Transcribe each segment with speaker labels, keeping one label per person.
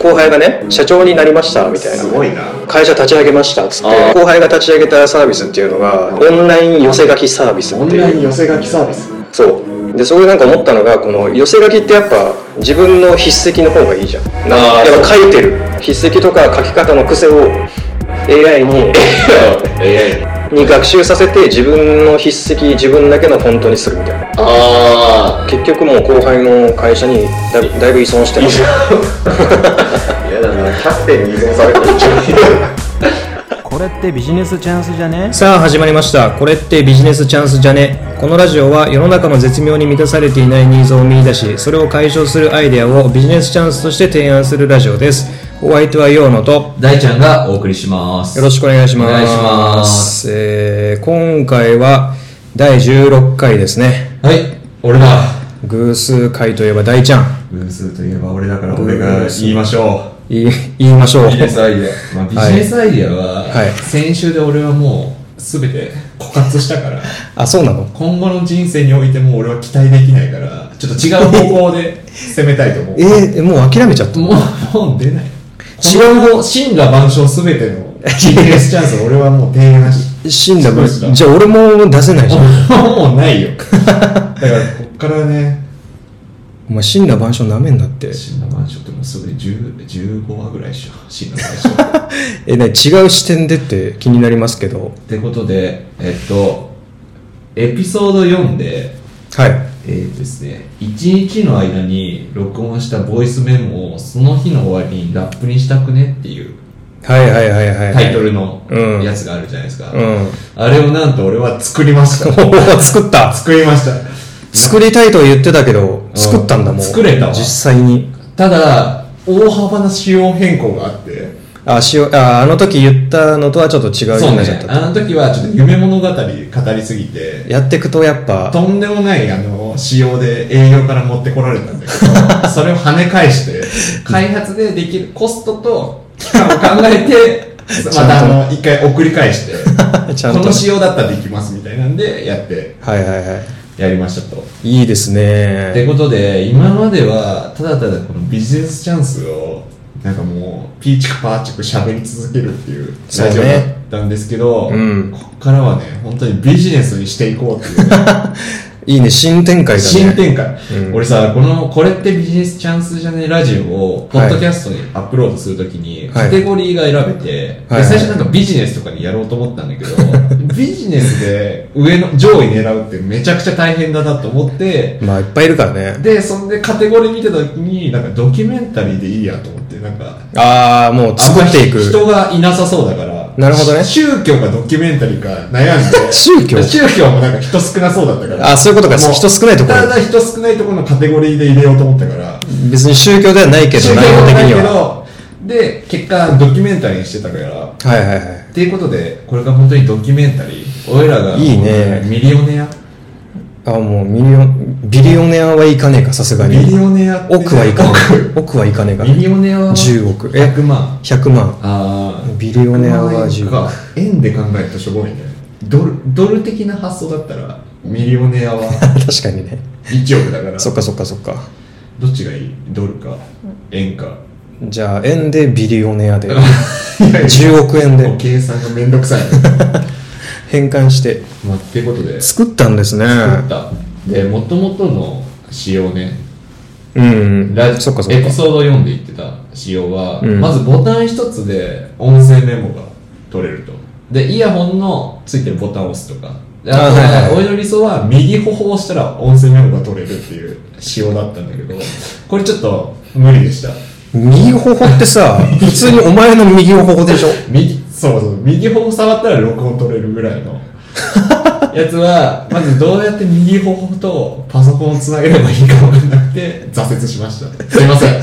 Speaker 1: 後輩がね社長になりましたみたいな
Speaker 2: すごいな
Speaker 1: 会社立ち上げましたっつっ
Speaker 3: あ
Speaker 1: て後輩が立ち上げたサービスっていうのがオンライン寄せ書きサービス
Speaker 2: オ
Speaker 1: って
Speaker 2: ンライ
Speaker 1: い
Speaker 2: ン
Speaker 1: う
Speaker 2: 寄せ書きサービス
Speaker 1: そうでそこでなんか思ったのがこの寄せ書きってやっぱ自分の筆跡の方がいいじゃん
Speaker 3: あ
Speaker 1: や
Speaker 3: ー
Speaker 1: っぱ書いてる筆跡とか書き方の癖を AI に
Speaker 3: AI
Speaker 1: に学習させて自分の筆跡自分だけのフォントにするみたいな
Speaker 3: あ
Speaker 1: 結局もう後輩の会社にだだいぶ依存してます
Speaker 3: あ嫌だな
Speaker 2: キャプテンに依存されてる
Speaker 4: これってビジネスチャンスじゃね
Speaker 1: さあ始まりましたこれってビジネスチャンスじゃねこのラジオは世の中の絶妙に満たされていないニーズを見出しそれを解消するアイデアをビジネスチャンスとして提案するラジオですお相手はヨーノと
Speaker 5: 大ちゃんがお送りします。
Speaker 1: よろしくお願いします
Speaker 5: お願いします
Speaker 1: えー今回は第16回ですね
Speaker 5: はい、俺だ。
Speaker 1: 偶数回といえば大ちゃん
Speaker 5: 偶数といえば俺だから俺が言いましょう。
Speaker 1: い言いましょう
Speaker 5: ビジネスアイデア。まあ、ビジネスアイデア
Speaker 1: はい
Speaker 5: は、先週で俺はもう全て枯渇した から、
Speaker 1: あそうなの
Speaker 5: 今後の人生においても俺は期待できないから、ちょっと違う方向で攻めたいと思う。
Speaker 1: えー、もう諦めちゃった
Speaker 5: もう、もう出ない。違う方、真羅万象全てのビジネスチャンスを俺はもう提案し、
Speaker 1: 死んだ
Speaker 5: そうですか
Speaker 1: じゃあ俺も出せないじゃん
Speaker 5: もうないよ。 だから、こっからね、
Speaker 1: お前死んだ晩鐘なめんなって
Speaker 5: 新羅万象ってもうすぐに10 15話ぐらいでしょ新羅万象っ
Speaker 1: えね違う視点でって気になりますけど
Speaker 5: てことでえっとエピソード4で
Speaker 1: はい
Speaker 5: えーとですね1日の間に録音したボイスメモをその日の終わりにラップにしたくねっていう
Speaker 1: はいはいはいはい
Speaker 5: タイトルの
Speaker 1: うん
Speaker 5: やつがあるじゃないですか、
Speaker 1: うん
Speaker 5: あれをなんと俺は作りまし た
Speaker 1: お作った
Speaker 5: 作りました
Speaker 1: 作りたいと言ってたけど作ったんだもん
Speaker 5: 作れたわ
Speaker 1: 実際に
Speaker 5: ただ大幅な仕様変更があって
Speaker 1: あしおああの時言ったのとはちょっと違うよう
Speaker 5: そう
Speaker 1: になっちゃっ
Speaker 5: ね
Speaker 1: たと
Speaker 5: あの時はちょっと夢物語語りすぎて
Speaker 1: やってくとやっぱ
Speaker 5: とんでもないあの仕様で営業から持ってこられたんだけどそれを跳ね返して開発でできるコストと 期間を考えて
Speaker 1: ちゃ
Speaker 5: ま
Speaker 1: んと
Speaker 5: たあの一回送り返して
Speaker 1: ちゃんと
Speaker 5: この仕様だったらできますみたいなんでやって
Speaker 1: はいはいは
Speaker 5: やりましたと。
Speaker 1: いいいです
Speaker 5: っ
Speaker 1: ね
Speaker 5: てことで今まではただただこのビジネスチャンスをなんかもうピーチクパーチク喋り続けるっていう
Speaker 1: そうね
Speaker 5: ラジオだったんですけど、
Speaker 1: うん
Speaker 5: ここからはね本当にビジネスにしていこうっていうね
Speaker 1: いいね新展開だね
Speaker 5: 新展開、
Speaker 1: うん
Speaker 5: 俺さこの「これってビジネスチャンスじゃねえラジオ」をポッドキャストにアップロードするときに
Speaker 1: はい
Speaker 5: カテゴリーが選べて、
Speaker 1: はい
Speaker 5: で最初なんかビジネスとかにやろうと思ったんだけど、ビジネスで上の上位狙うってめちゃくちゃ大変だなと思って
Speaker 1: まあいっぱいいるからね
Speaker 5: でそんでカテゴリー見てた時になんかドキュメンタリーでいいやと思ってなんか
Speaker 1: ああもう作っていく
Speaker 5: あんまり人がいなさそうだから
Speaker 1: なるほどね
Speaker 5: 宗教かドキュメンタリーか悩んで
Speaker 1: 宗教
Speaker 5: 宗教もなんか人少なそうだったから
Speaker 1: あそういうことか
Speaker 5: もう
Speaker 1: 人少ないところ
Speaker 5: だんだん人少ないところのカテゴリーで入れようと思ったから
Speaker 1: 別に宗教ではないけど内容的には
Speaker 5: はで結果ドキュメンタリーにしてたから
Speaker 1: はいはいはい
Speaker 5: っていうことでこれが本当にドキュメンタリー俺らが
Speaker 1: いいね
Speaker 5: ミリオネア
Speaker 1: あもうミリオンビリオネアはいかねえかさすが
Speaker 5: ミリ
Speaker 1: に
Speaker 5: オネアって
Speaker 1: 億はいかね
Speaker 5: 億
Speaker 1: え億はいかねえか
Speaker 5: ミリオネアは
Speaker 1: 10億え
Speaker 5: 100万
Speaker 1: 100万
Speaker 5: ああ
Speaker 1: ビリオネアは10億
Speaker 5: か円で考えるとすごいねドルドル的な発想だったらミリオネ アは
Speaker 1: 確かにね
Speaker 5: 1億だから
Speaker 1: そっかそっかそっか
Speaker 5: どっちがいいドルか円か
Speaker 1: じゃあ円でビリオネアで
Speaker 5: いやいや
Speaker 1: 10億円
Speaker 5: もう
Speaker 1: で
Speaker 5: 計算がめんどくさい、
Speaker 1: 変換して
Speaker 5: まあ、ってことで作
Speaker 1: 作ったんですね
Speaker 5: ったでもともとの仕様ね
Speaker 1: うん
Speaker 5: ラジ
Speaker 1: そっかそっ
Speaker 5: エ
Speaker 1: か
Speaker 5: ピソード4で言ってた仕様は、
Speaker 1: うん
Speaker 5: まずボタン一つで音声メモが取れるとでイヤホンのついてるボタンを押すとかであとは、
Speaker 1: あはいはい
Speaker 5: 俺の理想は右頬を押したら音声メモが取れるっていう仕様だったんだけどこれちょっと無理でした
Speaker 1: 右頬って さ普通にお前の右頬でしょ
Speaker 5: 右そうそう右頬触ったら録音取れるぐらい のやつはまずどうやって右頬とパソコンをつなげればいいか分かんなくて挫折しましたすいません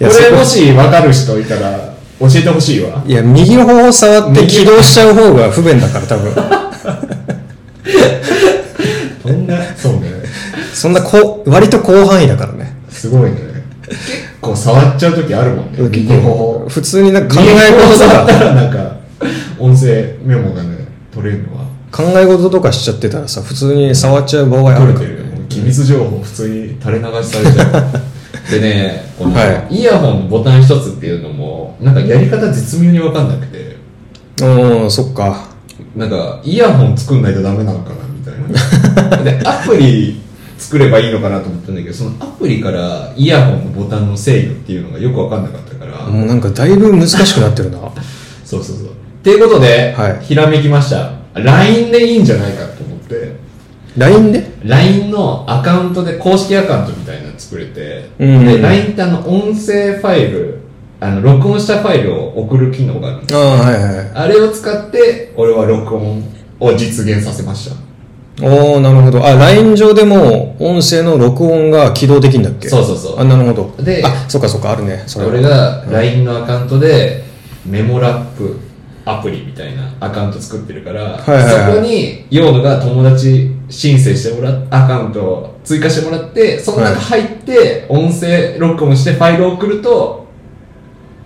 Speaker 1: や
Speaker 5: こ
Speaker 1: そ
Speaker 5: れ
Speaker 1: こ
Speaker 5: もし分かる人いたら教えてほしいわ
Speaker 1: いや右頬を触って起動しちゃう方が不便だから多 分
Speaker 5: そんなそうね
Speaker 1: そんなこう割と広範囲だからね
Speaker 5: すごいね結構触っちゃう時あるもんね右頬
Speaker 1: 普通になんか
Speaker 5: 考
Speaker 1: 考え
Speaker 5: え
Speaker 1: 事と
Speaker 5: 事だっ
Speaker 1: か
Speaker 5: たらなんか音声メモがね取れるのは
Speaker 1: 考え事とかしちゃってたらさ普通に触っちゃう場合ある
Speaker 5: 取れ
Speaker 1: か
Speaker 5: て
Speaker 1: ら
Speaker 5: るよ機密情報普通に垂れ流しされちゃうでね、この
Speaker 1: は
Speaker 5: イヤホンのボタン一つっていうのも、なんかやり方絶妙にわかんなくて、
Speaker 1: おー、そっか。
Speaker 5: なんかイヤホン作んないとダメなのかなみたいな。で、アプリ作ればいいのかなと思ったんだけど、そのアプリからイヤホンのボタンの制御っていうのがよくわかんなかったから、
Speaker 1: もうなんかだいぶ難しくなってるな。
Speaker 5: そうそうそう。っていうことで、
Speaker 1: はい
Speaker 5: ひらめきました。LINE でいいんじゃないかと思って、
Speaker 1: LINE で
Speaker 5: LINE のアカウントで、公式アカウントみたいなの作れて、
Speaker 1: うん
Speaker 5: で、LINE ってあの、音声ファイル、あの、録音したファイルを送る機能があるんです
Speaker 1: ああ、はいはい。
Speaker 5: あれを使って、俺は録音を実現させました。
Speaker 1: おー、なるほど。あ、LINE 上でも音声の録音が起動できるんだっけ
Speaker 5: そうそうそう
Speaker 1: あ、なるほど。
Speaker 5: で
Speaker 1: あ、そっかそっか、あるね。それは
Speaker 5: 俺が LINE のアカウントで、メモラップアプリみたいなアカウント作ってるから、
Speaker 1: はいはいはい
Speaker 5: そこに、ヨーノが友達申請してもらっアカウントを追加してもらって、その中入って、音声録音してファイルを送ると、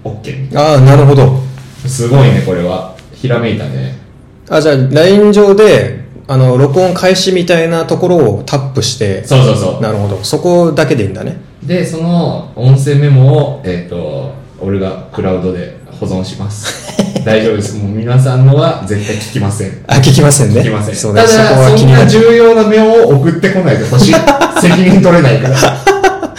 Speaker 5: OK みたいな。
Speaker 1: ああ、なるほど。
Speaker 5: すごいね、これは。ひらめいたね。
Speaker 1: あ、じゃあ LINE 上で、あの、録音開始みたいなところをタップして、
Speaker 5: そうそうそ
Speaker 1: なるほど。そこだけでいいんだね。
Speaker 5: う。で、その音声メモを、えっ、と、俺がクラウドで保存し ます。大丈夫です。もう皆さんのは絶対聞きません。
Speaker 1: あ、聞きませんね。
Speaker 5: 聞きません。
Speaker 1: そう
Speaker 5: た
Speaker 1: ね。
Speaker 5: だ、
Speaker 1: そこは気
Speaker 5: そ
Speaker 1: に
Speaker 5: ん
Speaker 1: な
Speaker 5: な
Speaker 1: る。
Speaker 5: 重要なメモを送ってこないで ほしい。責任取れないから。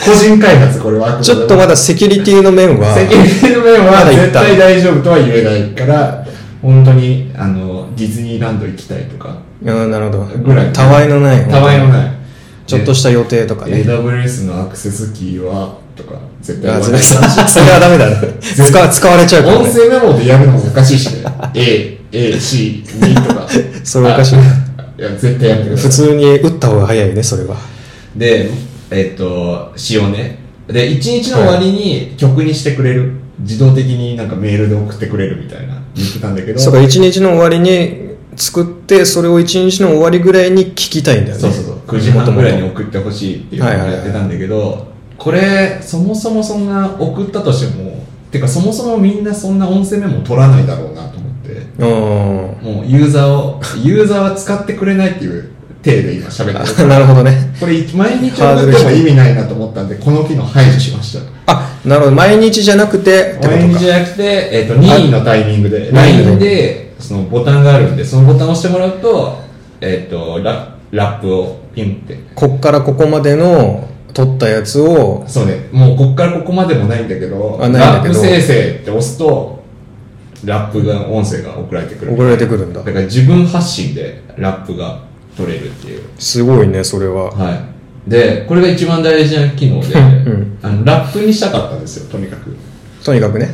Speaker 5: 個人開発、これはあく
Speaker 1: ち
Speaker 5: までも。
Speaker 1: ょっとまだセキュリティの面は、
Speaker 5: 責任の面
Speaker 1: ま
Speaker 5: は
Speaker 1: だ言っ
Speaker 5: 絶
Speaker 1: た
Speaker 5: 対大丈夫とは言えないから、本当に、あの、ディズニーランド行きたいとか、
Speaker 1: うん、なるほど。
Speaker 5: ぐらい。
Speaker 1: たわいのない。
Speaker 5: たわいのない。
Speaker 1: ちょっとした予定とかね。
Speaker 5: AWS のアクセスキーはとか絶対
Speaker 1: あ、
Speaker 5: 言わ
Speaker 1: そ
Speaker 5: な
Speaker 1: れ
Speaker 5: い
Speaker 1: それはダメだね。使わ使われちゃうから
Speaker 5: 音
Speaker 1: ね。
Speaker 5: 声メモでやるのもおかしいしね A、A、C、2とか
Speaker 1: それおかしい
Speaker 5: あいや絶対やめてくだ
Speaker 1: 普
Speaker 5: さい
Speaker 1: 通に打った方が早いね、それは。
Speaker 5: でえっ、と仕様ねで1日の終わりに曲にしてくれる、自動的になんかメールで送ってくれるみたいな言ってたんだけど
Speaker 1: そうか、一日の終わりに作って、それを一日の終わりぐらいに聞きたいんだよね。
Speaker 5: そうそうそう9時半ぐらいに送ってほしいっていうのをやってたんだけど、これそもそもそんな送ったとしてもてかそもそもみんなそんな音声メモ取らないだろうなと思って
Speaker 1: うん。
Speaker 5: もうユーザーをユーザーは使ってくれないっていう体で今喋って
Speaker 1: あ
Speaker 5: る
Speaker 1: なるほどね。
Speaker 5: これ毎日送っても意味ないなと思ったんでこの機能排除しました
Speaker 1: あ、なるほど。毎日じゃなくて、って
Speaker 5: 毎
Speaker 1: こ
Speaker 5: 日
Speaker 1: と
Speaker 5: じ
Speaker 1: か。
Speaker 5: ゃなくて、えっと任意のタイミングで
Speaker 1: 任意の
Speaker 5: LINE でそのボタンがあるんでそのボタンを押してもらうと,、えっとララップをピンって
Speaker 1: こっからここまでの撮ったやつを、
Speaker 5: そうね、もうこっからここまでもないんだけど、
Speaker 1: あないんだ
Speaker 5: ラッ
Speaker 1: け
Speaker 5: プ
Speaker 1: ど
Speaker 5: 生成って押すと、ラップが、音声が送られてくる。
Speaker 1: 送られてくるんだ
Speaker 5: だか。ら自分発信でラップが取れるっていう。
Speaker 1: すごいね、それは。
Speaker 5: はい。で、これが一番大事な機能で、
Speaker 1: うん
Speaker 5: あのラップにしたかったんですよ、とにかく。
Speaker 1: とにかくね、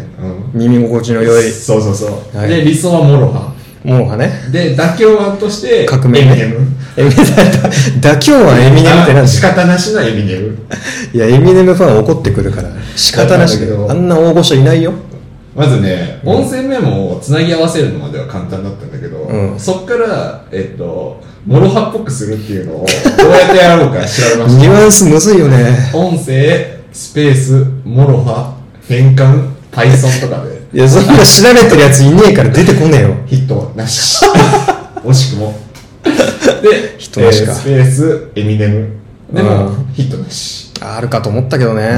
Speaker 5: うん。
Speaker 1: 耳心地の良い
Speaker 5: そうそうそう。
Speaker 1: はい
Speaker 5: で、理想はモロハ。
Speaker 1: もうはね、
Speaker 5: で、妥協案として、
Speaker 1: 革命
Speaker 5: エミ
Speaker 1: ね
Speaker 5: ネム。
Speaker 1: エミネム妥協はエミネムってなん
Speaker 5: あ
Speaker 1: で
Speaker 5: 仕
Speaker 1: すか
Speaker 5: 方なしのエミネム。
Speaker 1: いや、エミネムファン怒ってくるから、仕方なしだ
Speaker 5: だけ
Speaker 1: よ。
Speaker 5: ど
Speaker 1: あんな大御所いないよ。
Speaker 5: まずね、音声メモをつなぎ合わせるのまでは簡単だったんだけど、
Speaker 1: うん
Speaker 5: そっから、えっと、モロハっぽくするっていうのを、どうやってやろうか調べま し
Speaker 1: ニュアンスむずいよね。
Speaker 5: た。音声、スペース、モロハ、変換、Python とかで、
Speaker 1: いや、そんな調べてるやついねえから出てこねえよ。
Speaker 5: ヒットなし。惜しくも。で、
Speaker 1: ヒットなしか
Speaker 5: えースペース、エミネム。で
Speaker 1: う
Speaker 5: も
Speaker 1: ん、
Speaker 5: ヒットなし。
Speaker 1: あるかと思ったけどね。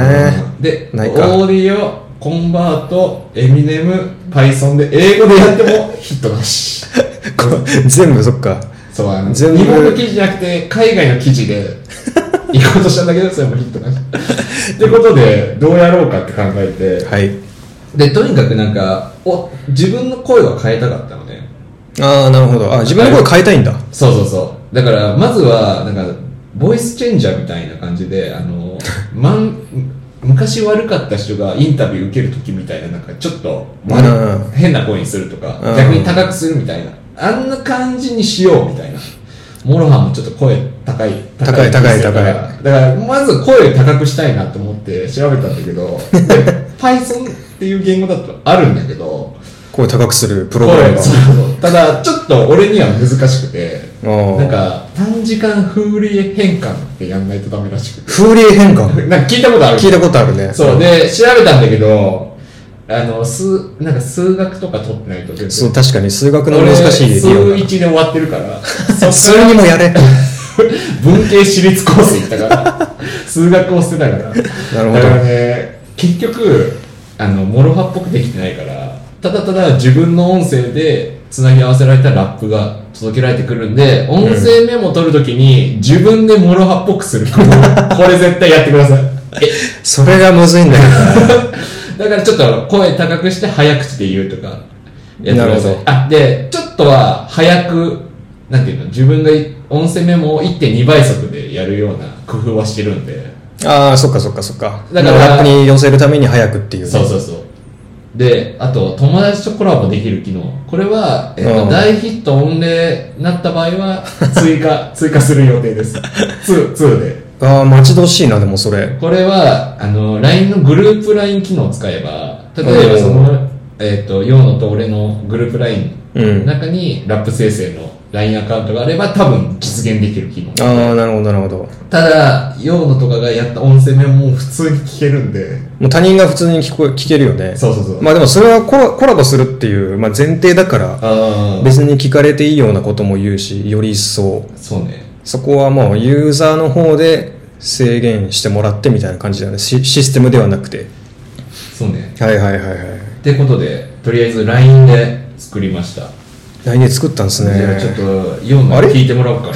Speaker 5: で、オ
Speaker 1: ないか
Speaker 5: ーディオ、コンバート、エミネム、Python で英語でやってもヒットなし。
Speaker 1: こ全部そっか。
Speaker 5: そう、あの、日
Speaker 1: 全部
Speaker 5: 本の記事じゃなくて、海外の記事 で、行こうとしたんだけど、それもヒットなし。ってことで、どうやろうかって考えて、
Speaker 1: はい。
Speaker 5: で、とにかくなんか、お、自分の声は変えたかったのね。
Speaker 1: ああ、なるほど。あ、自分の声変えたいんだ。
Speaker 5: そうそうそう。だから、まずは、なんか、ボイスチェンジャーみたいな感じで、あ の、まん、昔悪かった人がインタビュー受けるときみたいな、なんかちょっと悪い、
Speaker 1: うん
Speaker 5: 変な声にするとか、
Speaker 1: うん
Speaker 5: 逆に高くするみたいな。あんな感じにしようみたいな。モロハンもちょっと声高い。
Speaker 1: 高い高い高い
Speaker 5: だから、まず声を高くしたいなと思って調べたんだ けど、で Python っていう言語だとあるんだけど、
Speaker 1: 声高くするプログラム
Speaker 5: 声、
Speaker 1: が
Speaker 5: そうそうただ、ちょっと俺には難しくて、
Speaker 1: おー
Speaker 5: なんか、短時間風鈴変換ってやんないとダメらしくて。
Speaker 1: 風鈴変換。
Speaker 5: なんか聞いたことある
Speaker 1: 聞いたことあるね。
Speaker 5: そう。で、調べたんだけど、あの、数、なんか数学とか取ってないと全然
Speaker 1: そう、確かに数学の難しい理
Speaker 5: 俺
Speaker 1: 論
Speaker 5: 数一で終わってるから。
Speaker 1: だ。数にもやれ。
Speaker 5: 文系私立コース行ったから、数学を捨てたから。なる
Speaker 1: ほど
Speaker 5: ね、結局、あの、モロハっぽくできてないから、ただただ自分の音声で繋ぎ合わせられたラップが届けられてくるんで、音声メモ取るときに自分でモロハっぽくする。これ絶対やってください。
Speaker 1: それがむずい んだよ
Speaker 5: だからちょっと声高くして早口で言うとかやってくださ
Speaker 1: なる
Speaker 5: い
Speaker 1: ほ。ど
Speaker 5: あ、で、ちょっとは早く、なんていうの、自分が音声メモを1.2倍速でやるような工夫はしてるんで。
Speaker 1: な。ああ、そっかそっかそっか。
Speaker 5: だから
Speaker 1: ラップに寄せるために早くっていうね。
Speaker 5: そうそうそう。で、あと、友達とコラボできる機能。これは、えっ
Speaker 1: うん
Speaker 5: と、大ヒット御礼になった場合は、追加、追加する予定です。2、2で。
Speaker 1: ああ、待ち遠しいな、でもそれ。
Speaker 5: これは、あの、LINE のグループ LINE 機能を使えば、例えばその、えっ、と、ヨウノと俺のグループ LINE
Speaker 1: うん
Speaker 5: の中に、ラップ生成の LINE アカウントがあれば、多分実現できる機能。
Speaker 1: ああ、なるほど、なるほど。
Speaker 5: ただ、ヨウノとかがやった音声メモも普通に聞けるんで、
Speaker 1: もう他人が普通に聞こえ聞けるよね。
Speaker 5: そうそうそう。
Speaker 1: まあでもそれはコラコラボするっていう、まあ、前提だから、
Speaker 5: あー
Speaker 1: 別に聞かれていいようなことも言うし、より一層。
Speaker 5: そうね。
Speaker 1: そこはもうユーザーの方で制限してもらってみたいな感じだよね。シシステムではなくて。
Speaker 5: そうね。
Speaker 1: はいはいはいはい。
Speaker 5: ってことで、とりあえず LINE で作りました。
Speaker 1: 来年作ったんです
Speaker 5: じゃあ
Speaker 1: ね。
Speaker 5: ちょっと、ヨウノ
Speaker 1: あれ
Speaker 5: 聞いてもらおうかな。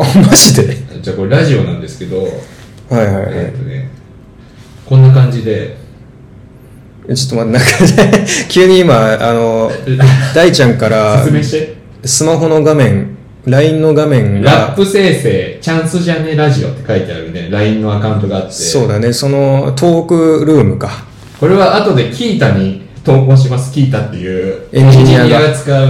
Speaker 1: あ、マジで
Speaker 5: じゃあこれラジオなんですけど、
Speaker 1: はいはい
Speaker 5: えっ
Speaker 1: は
Speaker 5: とね、こんな感じで、
Speaker 1: い。ちょっと待って、なんかね、 急に今、あ の、大ちゃんから
Speaker 5: 説、明して。
Speaker 1: スマホの画面、LINE の画面
Speaker 5: ラッ
Speaker 1: が、
Speaker 5: プ生成、チャンスじゃねラジオって書いてあるね、LINE のアカウントがあって。
Speaker 1: そうだね、そのトークルームか。
Speaker 5: これは後でキータに投稿します。キータっていう
Speaker 1: エンジニアが
Speaker 5: 使う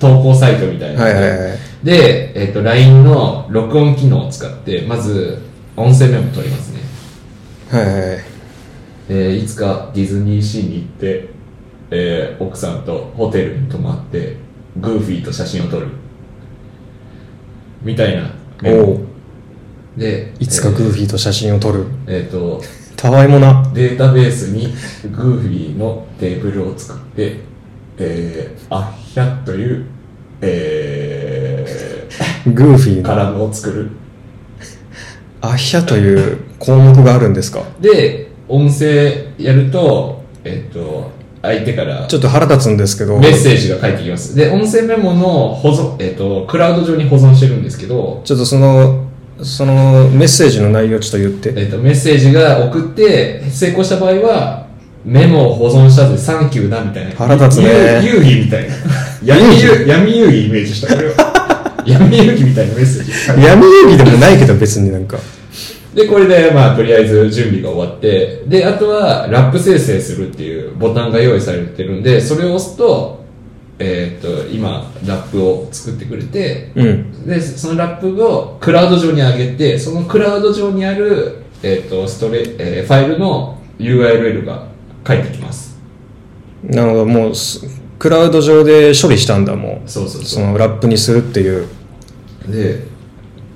Speaker 5: 投稿サイトみたいな。
Speaker 1: はいはいはい。
Speaker 5: で、えっ、と、LINE の録音機能を使って、まず、音声メモ取りますね。
Speaker 1: はいはい。
Speaker 5: えーいつかディズニーシーに行って、えー奥さんとホテルに泊まって、グーフィーと写真を撮る。みたいなメモ。
Speaker 1: おう
Speaker 5: で、
Speaker 1: いつかグーフィーと写真を撮る。
Speaker 5: えっ、と、
Speaker 1: たわいもな。
Speaker 5: データベースにグーフィーのテーブルを作って、えー、あっひゃという、え
Speaker 1: グーフィー
Speaker 5: ー、
Speaker 1: の
Speaker 5: カラムを作る。
Speaker 1: アヒャという項目があるんですか
Speaker 5: で、音声やると、えっ、と、相手から
Speaker 1: ちょっと腹立つんですけど、
Speaker 5: メッセージが返ってきます。で、音声メモの保存、えっ、と、クラウド上に保存してるんですけど、
Speaker 1: ちょっとその、そのメッセージの内容ちょっと言って。
Speaker 5: えっ、と、メッセージが送って、成功した場合は、メモを保存したぜ、サンキューだ、みたいな。
Speaker 1: 腹立つね
Speaker 5: 遊遊戯みたいな。闇遊闇遊戯イメージした、これ は。闇遊戯みたいなメッセージ。
Speaker 1: 闇遊戯でもないけど別になんか。
Speaker 5: で、これで、まあ、とりあえず準備が終わって、で、あとは、ラップ生成するっていうボタンが用意されてるんで、それを押すと、えっ、と、今、ラップを作ってくれて、
Speaker 1: うん。
Speaker 5: で、そのラップをクラウド上に上げて、そのクラウド上にある、えっ、と、ストレ、えーファイルの URL が返ってきます。
Speaker 1: なるほど、もうす、クラウド上で処理したんだ、もう。
Speaker 5: そうそう
Speaker 1: そ
Speaker 5: そ
Speaker 1: のラップにするっていう。
Speaker 5: う。で、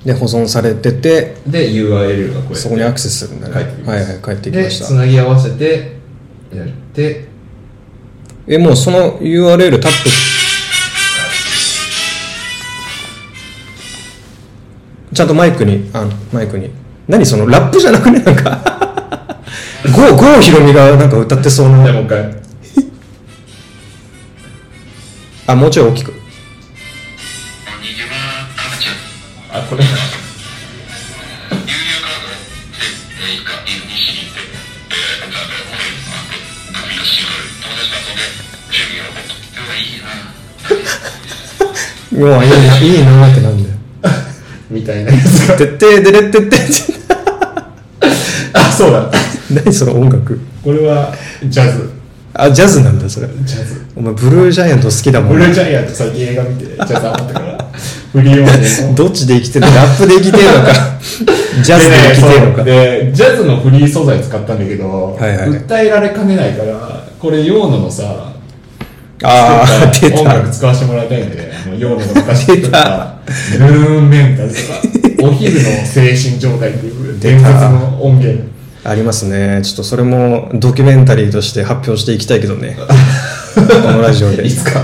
Speaker 1: で、保存されてて、
Speaker 5: で、URL がこれ。
Speaker 1: そこにアクセスするんだね。
Speaker 5: 返ってきま
Speaker 1: は
Speaker 5: す
Speaker 1: いはい、帰ってき
Speaker 5: で、
Speaker 1: まし
Speaker 5: つ
Speaker 1: た。
Speaker 5: なぎ合わせて、やって、
Speaker 1: え、もうその URL タップし。ちゃんとマイクに、あ、マイクに。何そのラップじゃなくねなんか ゴー、ゴーヒロミがなんか歌ってそうな。
Speaker 5: で、もう一回。
Speaker 1: あ、もうちょい大きく。
Speaker 5: あ、これ。
Speaker 1: うわ、いいな、いいなってなんだよ。
Speaker 5: みたいなやつ が。
Speaker 1: てってでれってってって。
Speaker 5: あ、そうだ。
Speaker 1: 何その音楽。
Speaker 5: これは、ジャズ。
Speaker 1: あ、ジャズなんだ、それ。
Speaker 5: ジャズ。
Speaker 1: お前、ブルージャイアント好きだも
Speaker 5: ブ
Speaker 1: ん
Speaker 5: ルー
Speaker 1: ね。
Speaker 5: ジャイアント最近映画見て、ジャズハマった から、フリーオンで。
Speaker 1: どっちで生きてんのラップで生きてんのか。ジャズで生きてんのか。
Speaker 5: でねそうでジャズのフリー素材使ったんだけど、
Speaker 1: はいはい
Speaker 5: 訴えられかねないからこれヨーノのさ
Speaker 1: ああ、
Speaker 5: 作
Speaker 1: 出
Speaker 5: った音
Speaker 1: た。
Speaker 5: 楽使わせてもらいたいんでねもうヨーノの昔
Speaker 1: 出た
Speaker 5: 作ったルーンメンタルとかお昼の精神状態っていう伝説の音 源
Speaker 1: ありますね。ちょっとそれもドキュメンタリーとして発表していきたいけど ね。このラジオで。
Speaker 5: いつか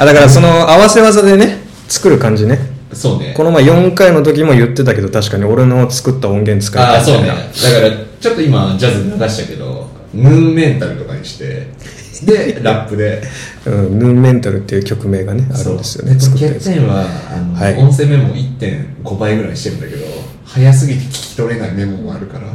Speaker 1: あ、だからその合わせ技でね、作る感じね。
Speaker 5: そうね
Speaker 1: この前4回の時も言ってたけど確かに俺の作った音源使い
Speaker 5: あ
Speaker 1: たい
Speaker 5: あー
Speaker 1: み
Speaker 5: そう
Speaker 1: たい
Speaker 5: ね
Speaker 1: な
Speaker 5: だからちょっと今ジャズ流したけどムーンメンタルとかにして でラップで
Speaker 1: うん、ヌーンメンタルっていう曲名がねあるんですよね
Speaker 5: そう
Speaker 1: 作った
Speaker 5: で
Speaker 1: や
Speaker 5: 欠
Speaker 1: つ
Speaker 5: 点はあの、
Speaker 1: はい
Speaker 5: 音声メモ1.5倍ぐらいしてるんだけど早すぎて聞き取れないメモもあるから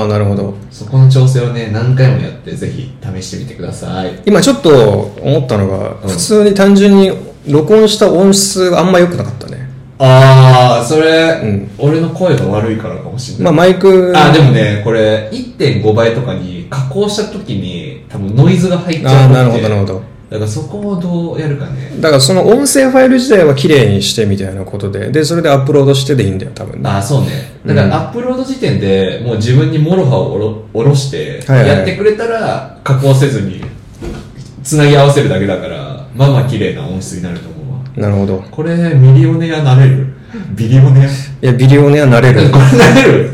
Speaker 1: ああなるほど
Speaker 5: そこの調整をね何回もやってぜひ試してみてください
Speaker 1: 今ちょっと思ったのが、
Speaker 5: うん
Speaker 1: 普通に単純に録音した音質があんま良くなかったね
Speaker 5: ああそれ、
Speaker 1: うん
Speaker 5: 俺の声が悪いからかもしれない
Speaker 1: まあマイク
Speaker 5: あ、でもね、これ、1.5倍とかに加工した時に、多分ノイズが入っちゃ
Speaker 1: ああ
Speaker 5: うので
Speaker 1: なるほどなるほど
Speaker 5: だからそこをどうやるかね。
Speaker 1: だからその音声ファイル自体は綺麗にしてみたいなことででそれでアップロードしてでいいんだよ多分ね
Speaker 5: ああ、そうね。だか
Speaker 1: うん
Speaker 5: らアップロード時点でもう自分にモロハをおろおろして、
Speaker 1: はいはい
Speaker 5: やってくれたら加工せずに、つなぎ合わせるだけだから、まあまあ綺麗な音質になると思うわ。
Speaker 1: なるほど
Speaker 5: これ、ミリオネアなれ るビリオネア
Speaker 1: いやビリオネアなれ
Speaker 5: これ
Speaker 1: る
Speaker 5: な れる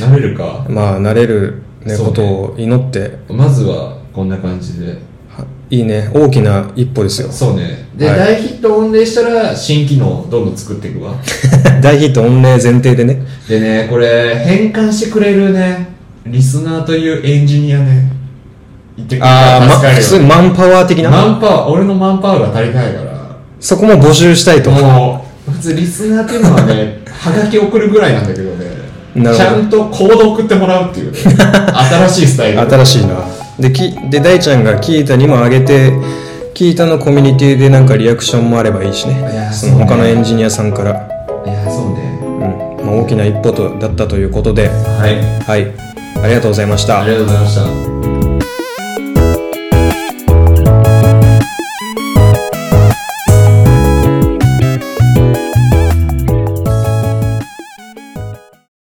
Speaker 5: なれるか。
Speaker 1: まあなれる、ね
Speaker 5: そうね
Speaker 1: ことを祈って
Speaker 5: まずはこんな感じで。
Speaker 1: はいいね大きな一歩ですよ
Speaker 5: そうね。で、
Speaker 1: はい
Speaker 5: 大ヒット御礼したら、新機能どんどん作っていくわ。
Speaker 1: 大ヒット御礼前提でね
Speaker 5: でね、これ、変換してくれるね、リスナーというエンジニアね、言ってくれた
Speaker 1: ああ、
Speaker 5: ら
Speaker 1: ま、
Speaker 5: 助かる
Speaker 1: 普通に
Speaker 5: よ。
Speaker 1: マンパワー的な
Speaker 5: マンパワー、俺のマンパワーが足りないから、
Speaker 1: そこも募集したいと
Speaker 5: もう、普通リスナーっていうのはね、 はがき送るぐらいなんだけどね、
Speaker 1: なるほど
Speaker 5: ちゃんとコード送ってもらうってい うね、新しいスタイル。
Speaker 1: 新しいなできで大ちゃんがキータにもあげてキータのコミュニティでなんかリアクションもあればいいし
Speaker 5: い
Speaker 1: ね
Speaker 5: や
Speaker 1: その
Speaker 5: そうね
Speaker 1: 他のエンジニアさんから、
Speaker 5: いや、そうね。
Speaker 1: うんまあ、大きな一歩とだったということで
Speaker 5: はい。
Speaker 1: はいありがとうございました
Speaker 5: ありがとうございました。